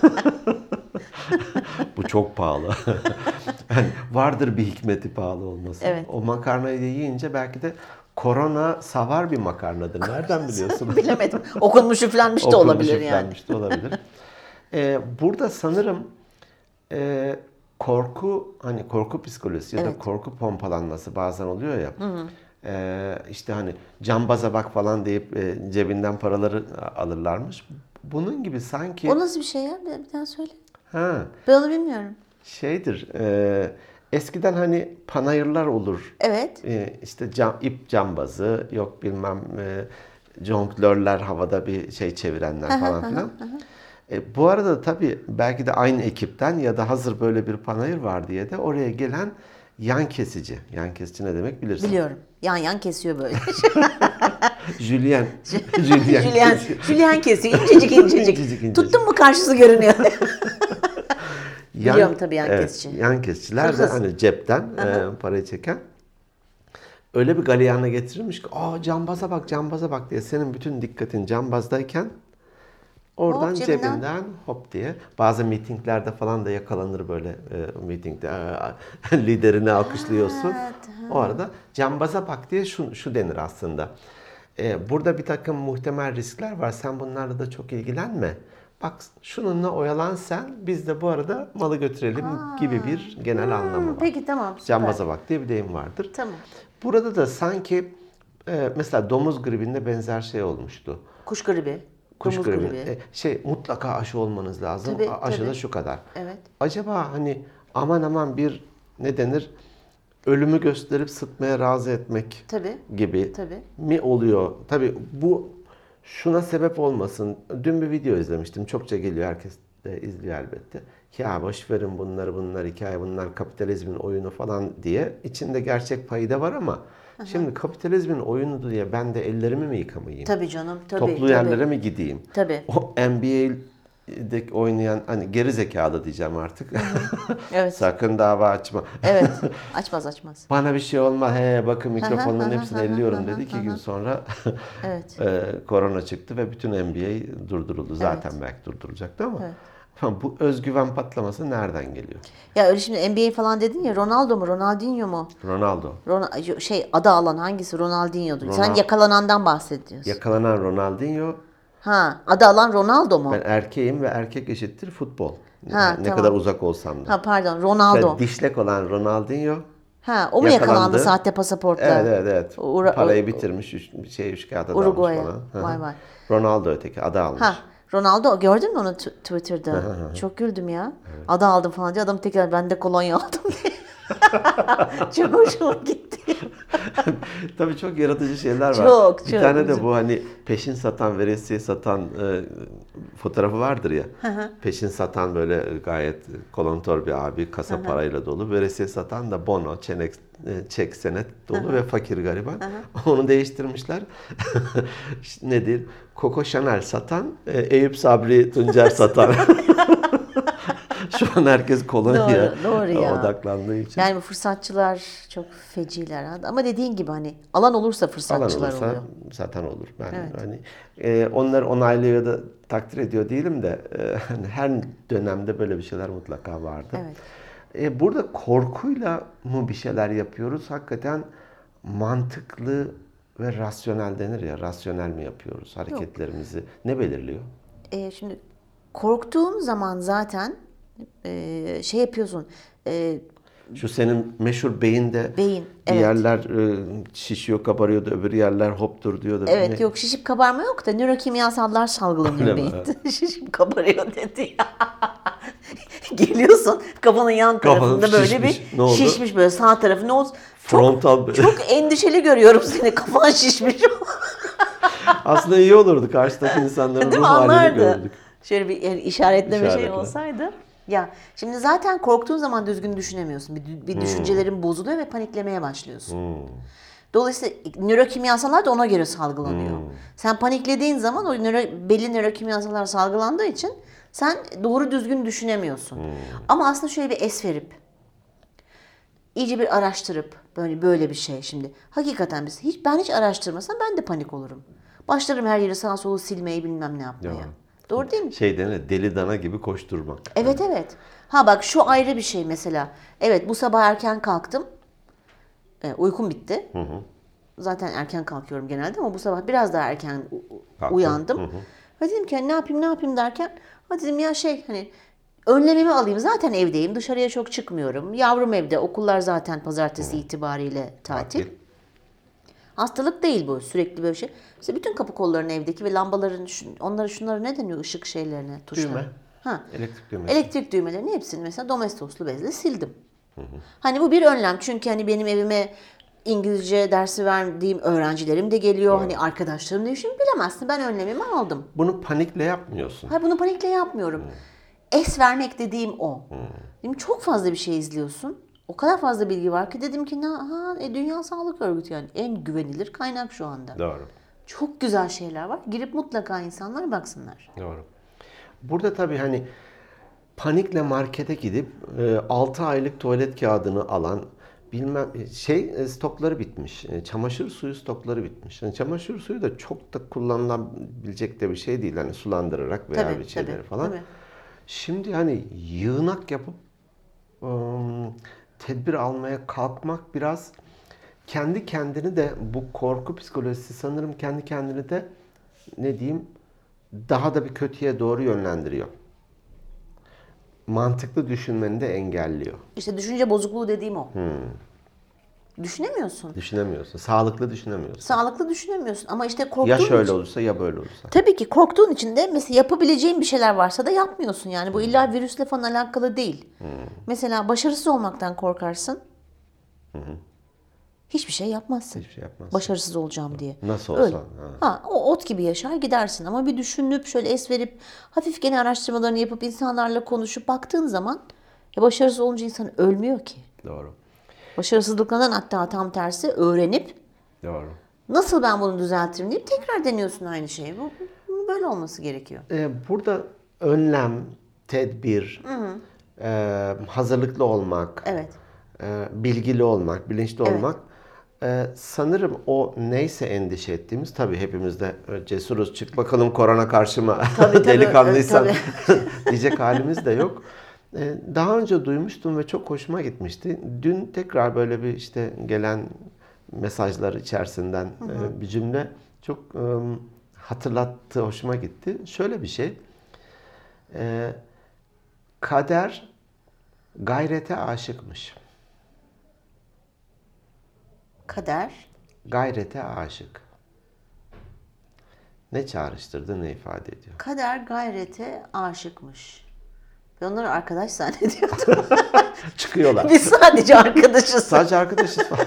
Bu çok pahalı. <laughs> yani vardır bir hikmeti pahalı olması. Evet. O makarnayı da yiyince belki de korona savar bir makarnadır. Nereden biliyorsun? Bilemedim. Okunmuş üflenmiş de Okunmuş, olabilir yani. üflenmiş de <laughs> olabilir. Ee, burada sanırım e, korku hani korku psikolojisi ya da korku pompalanması bazen oluyor ya. Ee, işte hani cambaza bak falan deyip e, cebinden paraları alırlarmış. Bunun gibi sanki O nasıl bir şey ya? Bir, bir daha söyle. ha Ben onu bilmiyorum. şeydir. e, eskiden hani panayırlar olur. Evet. E, işte cam, ip cambazı yok bilmem e, jonglörler havada bir şey çevirenler falan filan. E, bu arada tabii belki de aynı ekipten ya da hazır böyle bir panayır var diye de oraya gelen Yan kesici. Yan kesici ne demek bilirsin. Biliyorum. Yan yan <laughs> kesiyor böyle. Julien. Julian, Julien. Julian kesiyor. İncecik <laughs> incecik. İncecik, incecik. Tuttun mu <laughs> karşısı görünüyor. Yan- Biliyorum tabii yan evet, kesici. Yan kesiciler de Hırsız. hani cepten e, parayı çeken. Öyle bir galeyana getirilmiş ki aa cambaza bak cambaza bak diye senin bütün dikkatin cambazdayken oradan Hop, cebinden. cebinden. hop diye. Bazı mitinglerde falan da yakalanır böyle e, mitingde aa, <laughs> liderini alkışlıyorsun. O arada cambaza bak diye şu, şu denir aslında. E, burada bir takım muhtemel riskler var. Sen bunlarla da çok ilgilenme. Bak şununla oyalan sen biz de bu arada malı götürelim gibi bir genel anlamı var. Hmm, Peki tamam. Süper. Cambaza bak diye bir deyim vardır. Tamam. Burada da sanki e, mesela domuz gribinde benzer şey olmuştu. Kuş gribi. Kuş domuz gribi. E, şey mutlaka aşı olmanız lazım. Tabii, A- aşı da tabii. şu kadar. Evet. Acaba hani aman aman bir ne denir? Ölümü gösterip sıtmaya razı etmek Tabii. gibi Tabii. mi oluyor? Tabii bu şuna sebep olmasın. Dün bir video izlemiştim. Çokça geliyor herkes de izliyor elbette. Ya boş verin bunları bunlar hikaye bunlar kapitalizmin oyunu falan diye. İçinde gerçek payı da var ama şimdi kapitalizmin oyunu diye ben de ellerimi mi yıkamayayım? Tabii canım. Tabii. Toplu tabii. yerlere mi gideyim? Tabii. O NBA'deki oynayan hani geri zekalı diyeceğim artık. Evet. <laughs> Sakın dava açma. <laughs> E, Evet. <laughs> Açmaz açmaz. Bana bir şey olmaz. He bakın mikrofonların aha, hepsini aha, elliyorum aha, dedi. İki gün sonra <laughs> <laughs> Evet. e, korona çıktı ve bütün NBA durduruldu. Zaten belki durdurulacaktı ama. Ama bu özgüven patlaması nereden geliyor? Ya öyle şimdi NBA falan dedin ya Ronaldo mu Ronaldinho mu? Ronaldo. Ron- şey adı alan hangisi Ronaldinho'du. Sen Ronal- yakalanandan bahsediyorsun. Yakalanan Ronaldinho ha adı alan Ronaldo mu? ben erkeğim ve erkek eşittir futbol. Ha, ne tamam. kadar uzak olsam da. Ha pardon Ve Ronaldo. dişlek olan Ronaldinho. Ha o mu yakalandı, yakalandı. sahte pasaportla? Evet evet evet. Ura- Parayı bitirmiş. Üç, şey üç kağıda dalmış Uruguay'a. falan. Hı hı. Vay vay. Ronaldo öteki adı almış. Ha Ronaldo gördün mü onu tw- Twitter'da? Çok güldüm ya. Adı aldım falan diye adam tekrar ben de kolonya aldım <laughs> diye. Çok hoşuma gitti. <laughs> Tabii çok yaratıcı şeyler var. Çok, Bir çok. tane de bu hani peşin satan, veresiye satan e, fotoğrafı vardır ya. peşin satan böyle gayet kolontor bir abi, kasa parayla dolu. Veresiye satan da bono, çenek, e, çek senet dolu ve fakir gariban. <laughs> Onu değiştirmişler. Nedir? Coco Chanel satan, e, Eyüp Sabri Tuncer <laughs> satan. <laughs> Şu an herkes kolonya Doğru, doğru ya. odaklandığı için. Yani bu fırsatçılar çok feciler. ha. Ama dediğin gibi hani alan olursa Alan fırsatçılar olursa oluyor. zaten olur. Ben hani e, onları onaylıyor ya da takdir ediyor değilim de e, hani her dönemde böyle bir şeyler mutlaka vardı. Evet. E, burada korkuyla mı bir şeyler yapıyoruz? Hakikaten mantıklı ve rasyonel denir ya. Rasyonel mi yapıyoruz hareketlerimizi? Ne belirliyor? E, şimdi korktuğun zaman zaten e, şey yapıyorsun. E, Şu senin meşhur beyinde Beyin, bir evet. yerler e, şişiyor, kabarıyordu, öbür yerler hoptur diyordu. evet Ne- yok şişip kabarma yok da nörokimyasallar salgılanıyor Öyle mi? beyinde. <laughs> şişip kabarıyor dedi ya. <laughs> Geliyorsun kafanın yan Kafanın tarafında böyle şişmiş. bir Ne oldu? şişmiş böyle sağ tarafı ne oldu? Frontal be- Çok, çok endişeli görüyorum seni kafan şişmiş. <laughs> <laughs> Aslında iyi olurdu karşıdaki insanların Değil ruh mi? halini Anlardı. gördük. Şöyle bir yani işaretleme İşaretle. şey olsaydı. Ya şimdi zaten korktuğun zaman düzgün düşünemiyorsun. Bir, dü- bir Hmm. düşüncelerin bozuluyor ve paniklemeye başlıyorsun. Dolayısıyla nörokimyasalar da ona göre salgılanıyor. Sen paniklediğin zaman o nöro, belli nörokimyasalar salgılandığı için sen doğru düzgün düşünemiyorsun. Ama aslında şöyle bir es verip iyice bir araştırıp böyle böyle bir şey şimdi. Hakikaten biz hiç ben hiç araştırmasam ben de panik olurum. Başlarım her yeri sağa solu silmeyi bilmem ne yapmaya. Ya. Doğru değil mi? Şey denir, deli dana gibi koşturmak. Evet evet. Ha bak şu ayrı bir şey mesela. Evet bu sabah erken kalktım. E, uykum bitti. Zaten erken kalkıyorum genelde ama bu sabah biraz daha erken u- u- Kalktın. uyandım. Ve dedim ki hani ne yapayım ne yapayım derken ha dedim ya şey hani önlemimi alayım. Zaten evdeyim. Dışarıya çok çıkmıyorum. Yavrum evde. Okullar zaten pazartesi itibariyle tatil. Tatil. Hastalık değil bu sürekli böyle şey. İşte bütün kapı kollarının evdeki ve lambaların şun- onlara şunlara ne deniyor ışık şeylerine tuşlarına. Düğme. Ha. Elektrik düğmesi. Elektrik düğmelerini hepsini mesela domestoslu bezle sildim. Hani bu bir önlem çünkü hani benim evime İngilizce dersi verdiğim öğrencilerim de geliyor. Hani arkadaşlarım da şimdi bilemezsin ben önlemimi aldım. Bunu panikle yapmıyorsun. Hayır bunu panikle yapmıyorum. Es vermek dediğim o. Değil mi? Çok fazla bir şey izliyorsun. O kadar fazla bilgi var ki dedim ki "Na- ha, e, Dünya Sağlık Örgütü yani en güvenilir kaynak şu anda. Doğru. Çok güzel şeyler var. Girip mutlaka insanlar baksınlar. Doğru. Burada tabii hani panikle markete gidip 6 aylık tuvalet kağıdını alan bilmem e, şey e, stokları bitmiş. E, Çamaşır suyu stokları bitmiş. Yani çamaşır suyu da çok da kullanılabilecek de bir şey değil. Hani sulandırarak veya Tabii, bir şeyleri tabii, falan. tabii. Şimdi hani yığınak yapıp ım, tedbir almaya kalkmak biraz kendi kendini de bu korku psikolojisi sanırım kendi kendini de ne diyeyim daha da bir kötüye doğru yönlendiriyor. Mantıklı düşünmeni de engelliyor. İşte düşünce bozukluğu dediğim o. Hmm. Düşünemiyorsun. Düşünemiyorsun. Sağlıklı düşünemiyorsun. Sağlıklı düşünemiyorsun ama işte korktuğun Ya şöyle için. olursa ya böyle olursa. Tabii ki korktuğun için de mesela yapabileceğin bir şeyler varsa da yapmıyorsun. Yani Hmm. bu illa virüsle falan alakalı değil. Mesela başarısız olmaktan korkarsın. Hiçbir şey yapmazsın. Hmm. Hiçbir şey yapmazsın. Başarısız olacağım diye. Nasıl Öyle. olsan. Ha. Ha, o ot gibi yaşar gidersin ama bir düşünüp şöyle es verip hafif gene araştırmalarını yapıp insanlarla konuşup baktığın zaman ya başarısız olunca insan ölmüyor ki. Doğru. Başarısızlıklardan hatta tam tersi öğrenip Doğru. nasıl ben bunu düzeltirim deyip tekrar deniyorsun aynı şeyi. Bu, bu böyle olması gerekiyor. Ee, burada önlem, tedbir, e, hazırlıklı olmak, Evet. e, bilgili olmak, bilinçli olmak. e, sanırım o neyse endişe ettiğimiz tabii hepimiz de e, cesuruz çık bakalım korona karşıma <laughs> tabii, delikanlıysan evet, <laughs> diyecek halimiz de yok. E, Daha önce duymuştum ve çok hoşuma gitmişti. Dün tekrar böyle bir işte gelen mesajlar içerisinden e, bir cümle çok e, hatırlattı, hoşuma gitti. Şöyle bir şey. E, Kader gayrete aşıkmış. Kader. Gayrete aşık. Ne çağrıştırdı, ne ifade ediyor? Kader gayrete aşıkmış. Ben onları arkadaş zannediyordum. Çıkıyorlar. <laughs> Biz sadece arkadaşız. Sadece arkadaşız falan.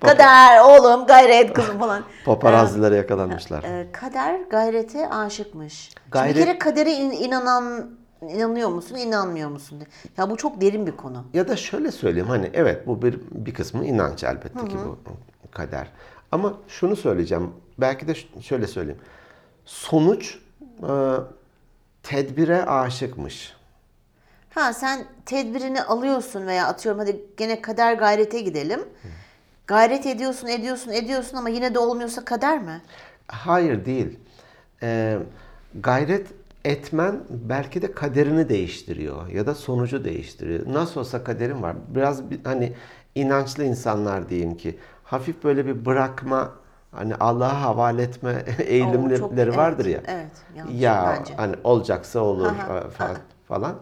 Kader oğlum gayret kızım falan. Paparazzilara yakalanmışlar. Ee, Kader gayrete aşıkmış. Şimdi Gayret- bir kere kadere in- inanan inanıyor musun, inanmıyor musun? diye. Ya bu çok derin bir konu. Ya da şöyle söyleyeyim hani evet bu bir bir kısmı inanç elbette ki bu kader. Ama şunu söyleyeceğim. Belki de ş- şöyle söyleyeyim. Sonuç e, tedbire aşıkmış. Ha sen tedbirini alıyorsun veya atıyorum hadi gene kader gayrete gidelim. Gayret ediyorsun, ediyorsun, ediyorsun ama yine de olmuyorsa kader mi? Hayır değil. E, gayret etmen belki de kaderini değiştiriyor ya da sonucu değiştiriyor. Nasıl olsa kaderin var. Biraz bir, hani inançlı insanlar diyeyim ki hafif böyle bir bırakma hani Allah'a havale etme <laughs> O eğilimleri çok- vardır evet, ya. Evet, yanlış şey Ya bence. hani olacaksa olur Aha, e, fa- falan.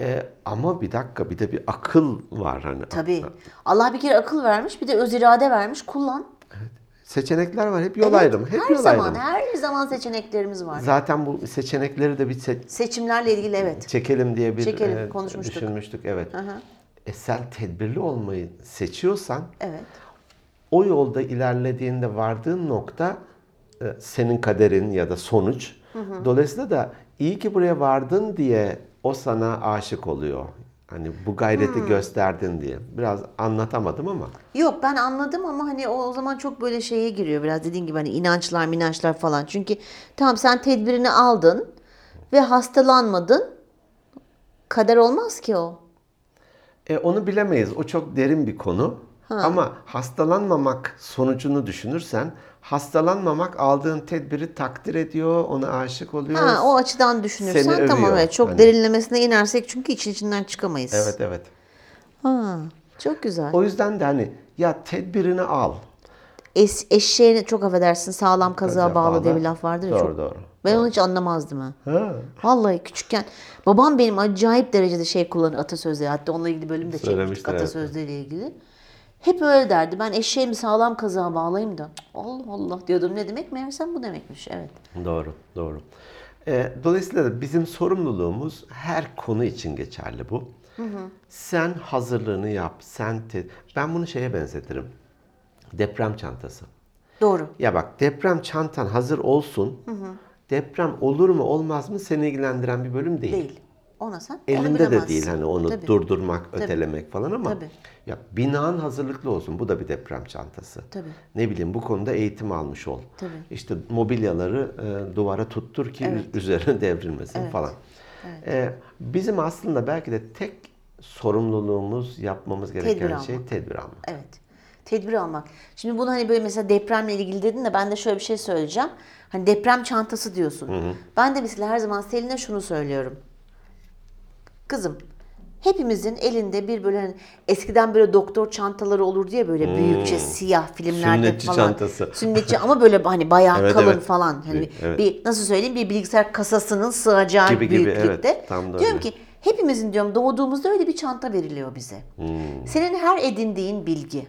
E, ama bir dakika bir de bir akıl var hani. Tabii. Allah bir kere akıl vermiş, bir de öz irade vermiş. Kullan. Seçenekler var hep yol Evet, ayrımı. Hep her yol zaman, ayrımı. her zaman seçeneklerimiz var. Zaten bu seçenekleri de bir se- Seçimlerle ilgili evet. çekelim diye bir Çekelim, konuşmuştuk. düşünmüştük evet. Aha, E sen tedbirli olmayı seçiyorsan evet. o yolda ilerlediğinde vardığın nokta e, senin kaderin ya da sonuç. Dolayısıyla da iyi ki buraya vardın diye o sana aşık oluyor. Hani bu gayreti Hmm. gösterdin diye. Biraz anlatamadım ama. Yok ben anladım ama hani o, o zaman çok böyle şeye giriyor biraz dediğin gibi hani inançlar minançlar falan. Çünkü tamam sen tedbirini aldın ve hastalanmadın. Kader olmaz ki o. E, onu bilemeyiz. O çok derin bir konu. Ama hastalanmamak sonucunu düşünürsen hastalanmamak aldığın tedbiri takdir ediyor, ona aşık oluyoruz. Ha, o açıdan düşünürsen Seni tamam övüyor. evet çok Hani- derinlemesine inersek çünkü için içinden çıkamayız. Evet evet. Ha, çok güzel. O yüzden de hani ya tedbirini al. Es, eşeğine çok affedersin sağlam kazığa Kaza bağlı, bağla. diye bir laf vardır ya. Doğru, çok- doğru. Ben onu hiç anlamazdım ha. Ha. Vallahi küçükken babam benim acayip derecede şey kullanır atasözleri. Hatta onunla ilgili bölüm de çekmiştik Söylemiştin, evet. atasözleriyle ilgili. Hep öyle derdi. Ben eşeğimi sağlam kazığa bağlayayım da. "Cık, Allah Allah diyordum. Ne demek meğersem bu demekmiş. Evet. Doğru, doğru. Ee, dolayısıyla da bizim sorumluluğumuz her konu için geçerli bu. Sen hazırlığını yap, sen te- ben bunu şeye benzetirim. Deprem çantası. Doğru. Ya bak deprem çantan hazır olsun. Deprem olur mu olmaz mı seni ilgilendiren bir bölüm değil. Değil. Ona sen Elinde de bilemezsin. değil hani onu Tabii. durdurmak, ötelemek falan ama Tabii. ya binan hazırlıklı olsun. Bu da bir deprem çantası. Tabii. Ne bileyim bu konuda eğitim almış ol. Tabii. İşte mobilyaları e, duvara tuttur ki <laughs> üzerine devrilmesin falan. E, bizim aslında belki de tek sorumluluğumuz yapmamız gereken Tedbir şey tedbir almak. Evet. Tedbir almak. Şimdi bunu hani böyle mesela depremle ilgili dedin de ben de şöyle bir şey söyleyeceğim. Hani deprem çantası diyorsun. Ben de mesela her zaman Selin'e şunu söylüyorum. Kızım hepimizin elinde bir böyle hani eskiden böyle doktor çantaları olur diye böyle büyükçe siyah filmlerde Sünnetçi falan. çantası. Sünnetçi ama böyle hani <laughs> bayağı Evet, kalın evet. falan. Hani Bir- evet. bir nasıl söyleyeyim bir bilgisayar kasasının sığacağı Gibi, gibi, evet. büyüklükte. Tam da Diyorum öyle. ki hepimizin diyorum doğduğumuzda öyle bir çanta veriliyor bize. Hmm. Senin her edindiğin bilgi,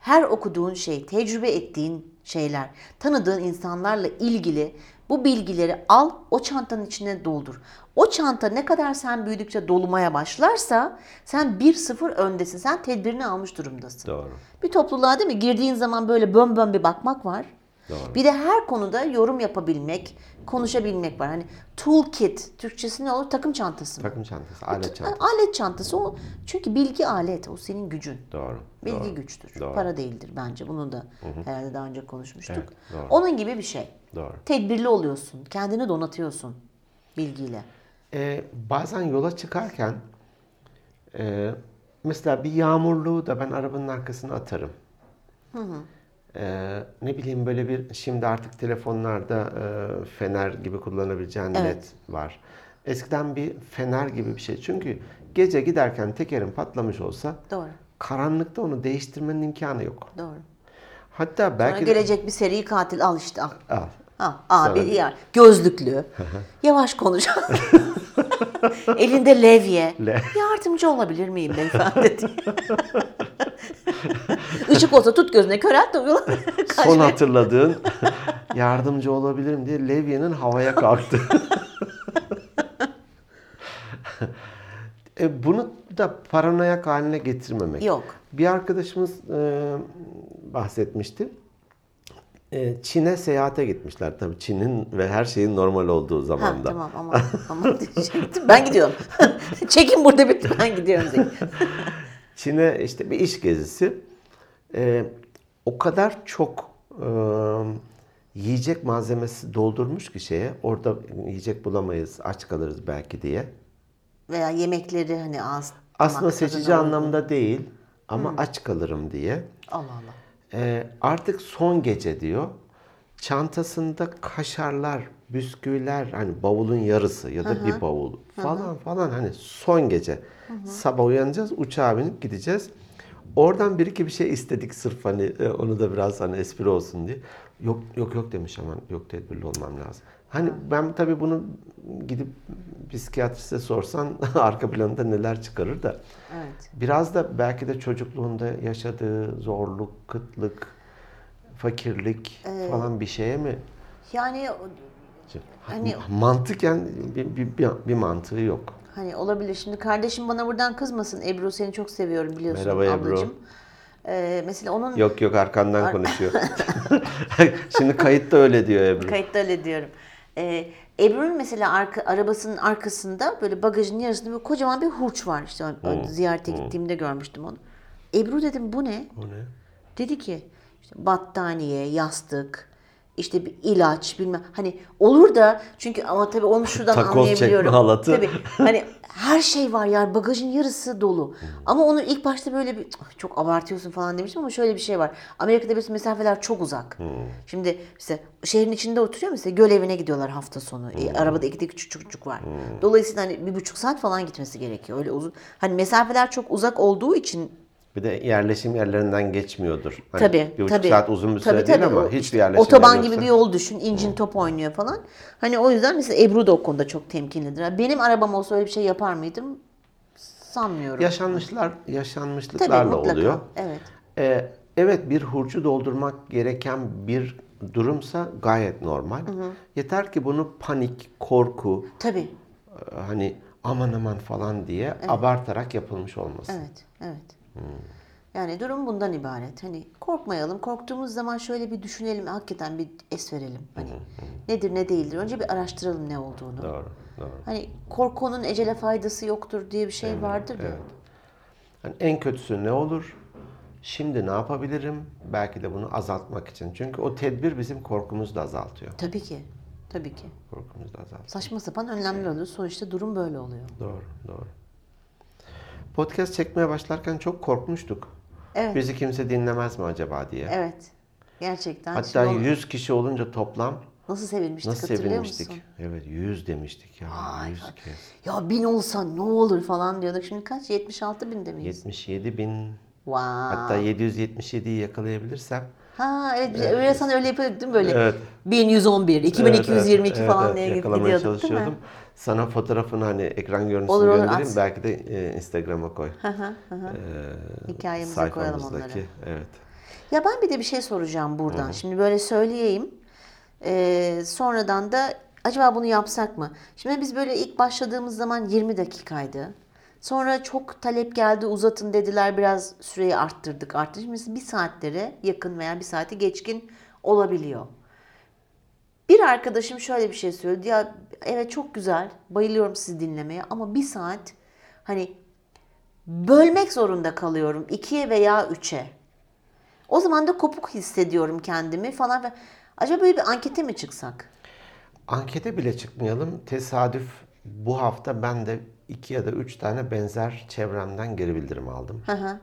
her okuduğun şey, tecrübe ettiğin şeyler, tanıdığın insanlarla ilgili bu bilgileri al, o çantanın içine doldur. O çanta ne kadar sen büyüdükçe dolmaya başlarsa sen 1-0 öndesin. Sen tedbirini almış durumdasın. Doğru. Bir topluluğa değil mi? Girdiğin zaman böyle bön bön bir bakmak var. Doğru. Bir de her konuda yorum yapabilmek, konuşabilmek var. Hani toolkit, Türkçesi ne olur? Takım çantası mı? Takım çantası, alet Ha, çantası. Alet çantası o. Çünkü bilgi alet. O senin gücün. Doğru. Bilgi Doğru. güçtür. Doğru. Para değildir bence. Bunu da herhalde daha önce konuşmuştuk. Evet, doğru. Onun gibi bir şey. Doğru. Tedbirli oluyorsun. Kendini donatıyorsun bilgiyle. E, bazen yola çıkarken e, mesela bir yağmurluğu da ben arabanın arkasına atarım. E, ne bileyim böyle bir şimdi artık telefonlarda e, fener gibi kullanabileceğin led var. Eskiden bir fener gibi bir şey. Çünkü gece giderken tekerin patlamış olsa Doğru. karanlıkta onu değiştirmenin imkanı yok. Doğru. Hatta Sonra belki de- gelecek bir seri katil al işte al. Al. Ha, abi Sana- ya gözlüklü. <laughs> Yavaş konuş. Elinde levye. Le- Yardımcı olabilir miyim beyefendi diye. <laughs> Işık olsa tut gözüne körelt de ulan. Kaç- son hatırladığın <laughs> yardımcı olabilirim diye Levy'nin havaya kalktı. <laughs> e, bunu da paranoyak haline getirmemek. Yok. Bir arkadaşımız e, bahsetmişti. E, Çin'e seyahate gitmişler tabii Çin'in ve her şeyin normal olduğu Ha, zamanda. tamam aman <laughs> aman diyecektim. Ben gidiyorum. <laughs> Çekin burada bitti ben gidiyorum. diyecektim. Çin'e işte bir iş gezisi. Ee, o kadar çok e, yiyecek malzemesi doldurmuş ki şeye. Orada yiyecek bulamayız, aç kalırız belki diye. Veya yemekleri hani az. Aslında damak seçici tadına- anlamda değil ama aç kalırım diye. Allah Allah. Ee, artık son gece diyor. Çantasında kaşarlar, bisküviler hani bavulun yarısı ya da bir bavul falan falan hani son gece. Sabah uyanacağız, uçağa binip gideceğiz. Oradan bir iki bir şey istedik sırf hani e, onu da biraz hani espri olsun diye. Yok yok yok demiş aman yok tedbirli olmam lazım. Hani ben tabii bunu gidip psikiyatriste sorsan <laughs> arka planda neler çıkarır da. Evet. Biraz da belki de çocukluğunda yaşadığı zorluk, kıtlık, fakirlik Ee, falan bir şeye mi? Yani Şey, hani- Mantıken bir, bir, bir, bir mantığı yok. Hani olabilir. Şimdi kardeşim bana buradan kızmasın. Ebru seni çok seviyorum biliyorsun Merhaba Ebru. ablacığım. Ee, mesela onun Yok yok arkandan <laughs> konuşuyor. <laughs> Şimdi kayıtta öyle diyor Ebru. kayıtta öyle diyorum. Ee, Ebru'nun mesela arka, arabasının arkasında böyle bagajın yarısında böyle kocaman bir hurç var. İşte o- o ziyarete gittiğimde görmüştüm onu. Ebru dedim bu ne? O ne? Dedi ki işte battaniye, yastık, işte bir ilaç bilmem. Hani olur da çünkü ama tabii onu şuradan Takoz anlayabiliyorum. çekme halatı. Tabii hani her şey var yani bagajın yarısı dolu. Hmm. ama onu ilk başta böyle bir "Ah, çok abartıyorsun falan demiştim ama şöyle bir şey var. Amerika'da biliyorsun mesafeler çok uzak. Hmm. Şimdi işte şehrin içinde oturuyor mesela göl evine gidiyorlar hafta sonu. E, Hmm. arabada iki de küçük çocuk var. Dolayısıyla hani bir buçuk saat falan gitmesi gerekiyor. Öyle uzun. Hani mesafeler çok uzak olduğu için Bir de yerleşim yerlerinden geçmiyordur. Hani Tabii, bir buçuk tabii. saat uzun bir süre Tabii, değil tabii. ama O hiçbir işte yerleşim Otoban yeri gibi yoksa- bir yol düşün. İncin top oynuyor falan. Hani o yüzden mesela Ebru da o konuda çok temkinlidir. Ha, Benim arabam olsa öyle bir şey yapar mıydım? Sanmıyorum. Yaşanmışlar, yaşanmışlıklarla Tabii mutlaka. oluyor. Evet. Ee, evet bir hurcu doldurmak gereken bir durumsa gayet normal. Yeter ki bunu panik, korku, Tabii. e, hani aman aman falan diye abartarak yapılmış olmasın. Evet. Evet. Yani durum bundan ibaret. Hani korkmayalım. Korktuğumuz zaman şöyle bir düşünelim. Hakikaten bir es verelim. Hani nedir ne değildir. Önce bir araştıralım ne olduğunu. Doğru, doğru. Hani korkunun ecele faydası yoktur diye bir şey vardır ya. Hani en kötüsü ne olur? Şimdi ne yapabilirim? Belki de bunu azaltmak için. Çünkü o tedbir bizim korkumuzu da azaltıyor. Tabii ki. Tabii ki. Korkumuzu da azaltıyor. Saçma sapan önlemler alıyor. Sonuçta durum böyle oluyor. Doğru, doğru. Podcast çekmeye başlarken çok korkmuştuk. Evet. Bizi kimse dinlemez mi acaba diye. Evet. Gerçekten. Hatta Şimdi o- 100 kişi olunca toplam nasıl sevinmiştik nasıl hatırlıyor sevinmiştik? musun? Evet 100 demiştik ya. 100 kez. Ya bin olsa ne olur falan diyorduk. Şimdi kaç? 76 binde miyiz? 77 bin Wow. hatta 777'yi yakalayabilirsem Ha evet biz öyle sana öyle yapıyorduk değil mi böyle? Evet. 1111, 2222 Evet, evet, falan evet, diye yakalamaya gidiyorduk değil mi? çalışıyordum. Sana fotoğrafını hani ekran görüntüsünü Olur, olur, göndereyim. at. Belki de e, Instagram'a koy. Ee, Hikayemize koyalım onları. sayfamızdaki, Evet. Ya ben bir de bir şey soracağım buradan. Şimdi böyle söyleyeyim. Ee, sonradan da acaba bunu yapsak mı? Şimdi biz böyle ilk başladığımız zaman 20 dakikaydı. Sonra çok talep geldi uzatın dediler biraz süreyi arttırdık arttırdık. Şimdi biz bir saatlere yakın veya bir saati geçkin olabiliyor. Bir arkadaşım şöyle bir şey söyledi. Ya evet çok güzel. Bayılıyorum sizi dinlemeye ama bir saat hani bölmek zorunda kalıyorum ikiye veya üçe. O zaman da kopuk hissediyorum kendimi falan. ve- Acaba böyle bir ankete mi çıksak? Ankete bile çıkmayalım. Tesadüf bu hafta ben de iki ya da üç tane benzer çevremden geri bildirim aldım. Hı hı.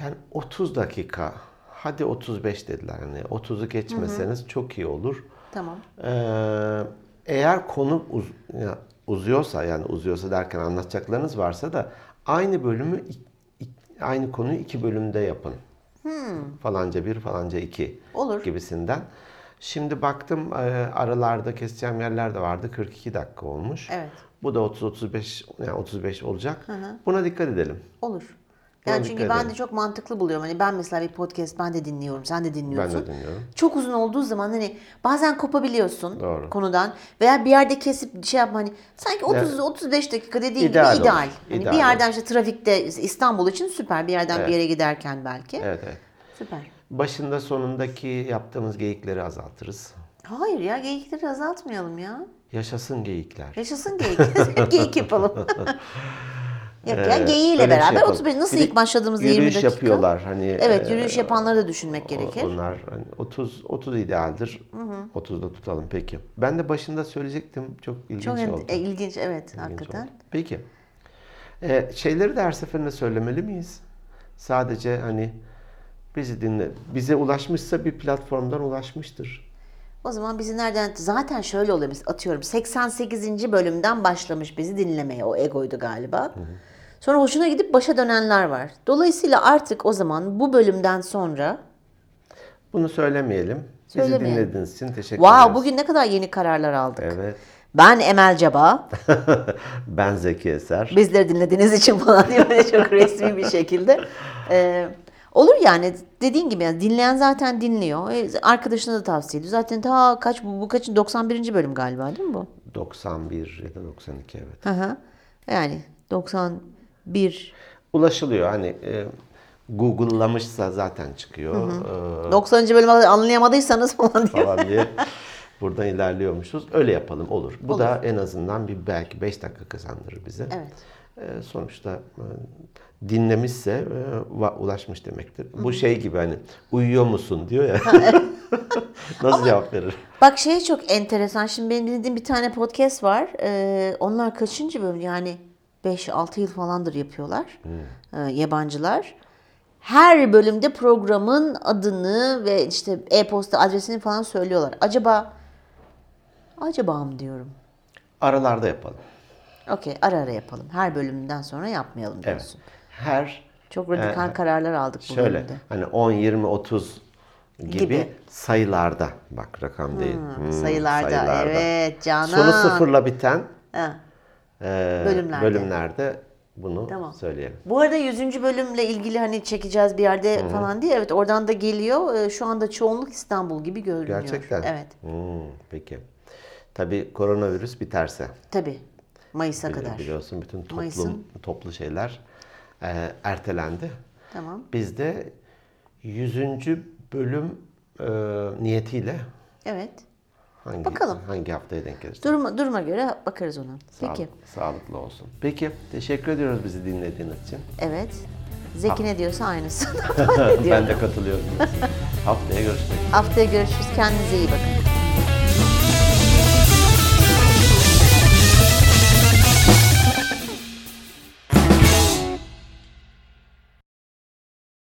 Yani 30 dakika, hadi 35 dediler. Yani 30'u geçmeseniz çok iyi olur. Tamam. Ee, eğer konu uz- ya, uzuyorsa yani uzuyorsa derken anlatacaklarınız varsa da aynı bölümü i- i- aynı konuyu iki bölümde yapın. Falanca bir, falanca iki Hmm. Olur. gibisinden. Şimdi baktım e, aralarda keseceğim yerler de vardı. 42 dakika olmuş. Evet. Bu da 30 35 yani 35 olacak. Buna dikkat edelim. Olur. Buna Yani çünkü dikkat ben de çok mantıklı buluyorum. Hani ben mesela bir podcast ben de dinliyorum. Sen de Ben dinliyorsun. de dinliyorum. Çok uzun olduğu zaman hani bazen kopabiliyorsun Doğru. konudan veya bir yerde kesip şey yapma hani sanki 30 35 dakika dediğin İdeal gibi ideal. olur, Hani ideal bir yerden işte trafikte İstanbul için süper bir yerden Evet. bir yere giderken belki. Evet evet. Süper. Başında sonundaki yaptığımız geyikleri azaltırız. Hayır ya geyikleri azaltmayalım ya. Yaşasın geyikler. Yaşasın <laughs> geyik. <laughs> geyik yapalım. Yok ya Ee, geyiğiyle öyle bir şey beraber yapalım. 35 nasıl Bir de ilk başladığımız 20 yürüyüş dakika. yapıyorlar hani. Evet e, yürüyüş yapanları da düşünmek gerekir. Onlar hani 30 30 idealdir. 30'da tutalım peki. Ben de başında söyleyecektim. Çok ilginç Çok en- oldu. e, ilginç evet İlginç oldu. hakikaten. Peki. Ee, şeyleri de her seferinde söylemeli miyiz? Sadece hani bizi dinle. Bize ulaşmışsa bir platformdan ulaşmıştır. O zaman bizi nereden zaten şöyle oluyor biz atıyorum 88. bölümden başlamış bizi dinlemeye o egoydu galiba. Sonra hoşuna gidip başa dönenler var. Dolayısıyla artık o zaman bu bölümden sonra Bunu söylemeyelim. Söylemeyelim. Bizi dinlediğiniz için teşekkür wow ederiz. bugün ne kadar yeni kararlar aldık. Evet. Ben Emel Caba. <laughs> ben Zeki Eser. bizleri dinlediğiniz için falan diye böyle çok resmi bir şekilde. Ee, olur yani dediğin gibi yani dinleyen zaten dinliyor. E, Arkadaşına da tavsiye ediyor. Zaten ta kaç bu, bu kaçın 91. bölüm galiba değil mi bu? 91 ya da 92 evet. Hı hı. Yani 91 Ulaşılıyor hani e, Google'lamışsa zaten çıkıyor. Ee, 90. bölümü anlayamadıysanız falan diye. falan diye <laughs> buradan ilerliyormuşuz. Öyle yapalım olur. Bu da en azından bir belki 5 dakika kazandırır bize. Evet. Ee, sonuçta e, dinlemişse e, va- ulaşmış demektir. Bu şey gibi hani uyuyor musun diyor ya. <laughs> Nasıl cevap verir? Bak şey çok enteresan. Şimdi benim dinlediğim bir tane podcast var. Ee, onlar kaçıncı bölüm? Yani 5-6 yıl falandır yapıyorlar. Hmm. Ee, yabancılar. Her bölümde programın adını ve işte e-posta adresini falan söylüyorlar. Acaba acaba mı diyorum. Aralarda yapalım. Okey ara ara yapalım. Her bölümden sonra yapmayalım Evet. diyorsun. Her Çok radikal kararlar aldık bu şöyle bölümde. hani 10, 20, 30 gibi, Gibi. sayılarda bak rakam değil. Hmm, sayılarda. Evet Canan. Sonu sıfırla biten Ha. e, Bölümlerde. bölümlerde bunu Tamam. söyleyelim. Bu arada 100. bölümle ilgili hani çekeceğiz bir yerde falan diye evet oradan da geliyor. Ee, Şu anda çoğunluk İstanbul gibi görünüyor. Gerçekten. Evet Hmm, peki. Tabii koronavirüs biterse. tabii Mayıs'a kadar. Biliyorsun bütün toplum Mayıs'ın- toplu şeyler e, ertelendi. Tamam. Biz de 100. bölüm e, niyetiyle Evet. hangi, Bakalım. hangi haftaya denk gelirse. Duruma, duruma göre bakarız ona. Peki. Sağlık- sağlıklı olsun. Peki teşekkür ediyoruz bizi dinlediğiniz için. Evet. Zeki ne diyorsa aynısı. ben de katılıyorum. haftaya görüşmek üzere. Haftaya görüşürüz. Kendinize iyi bakın.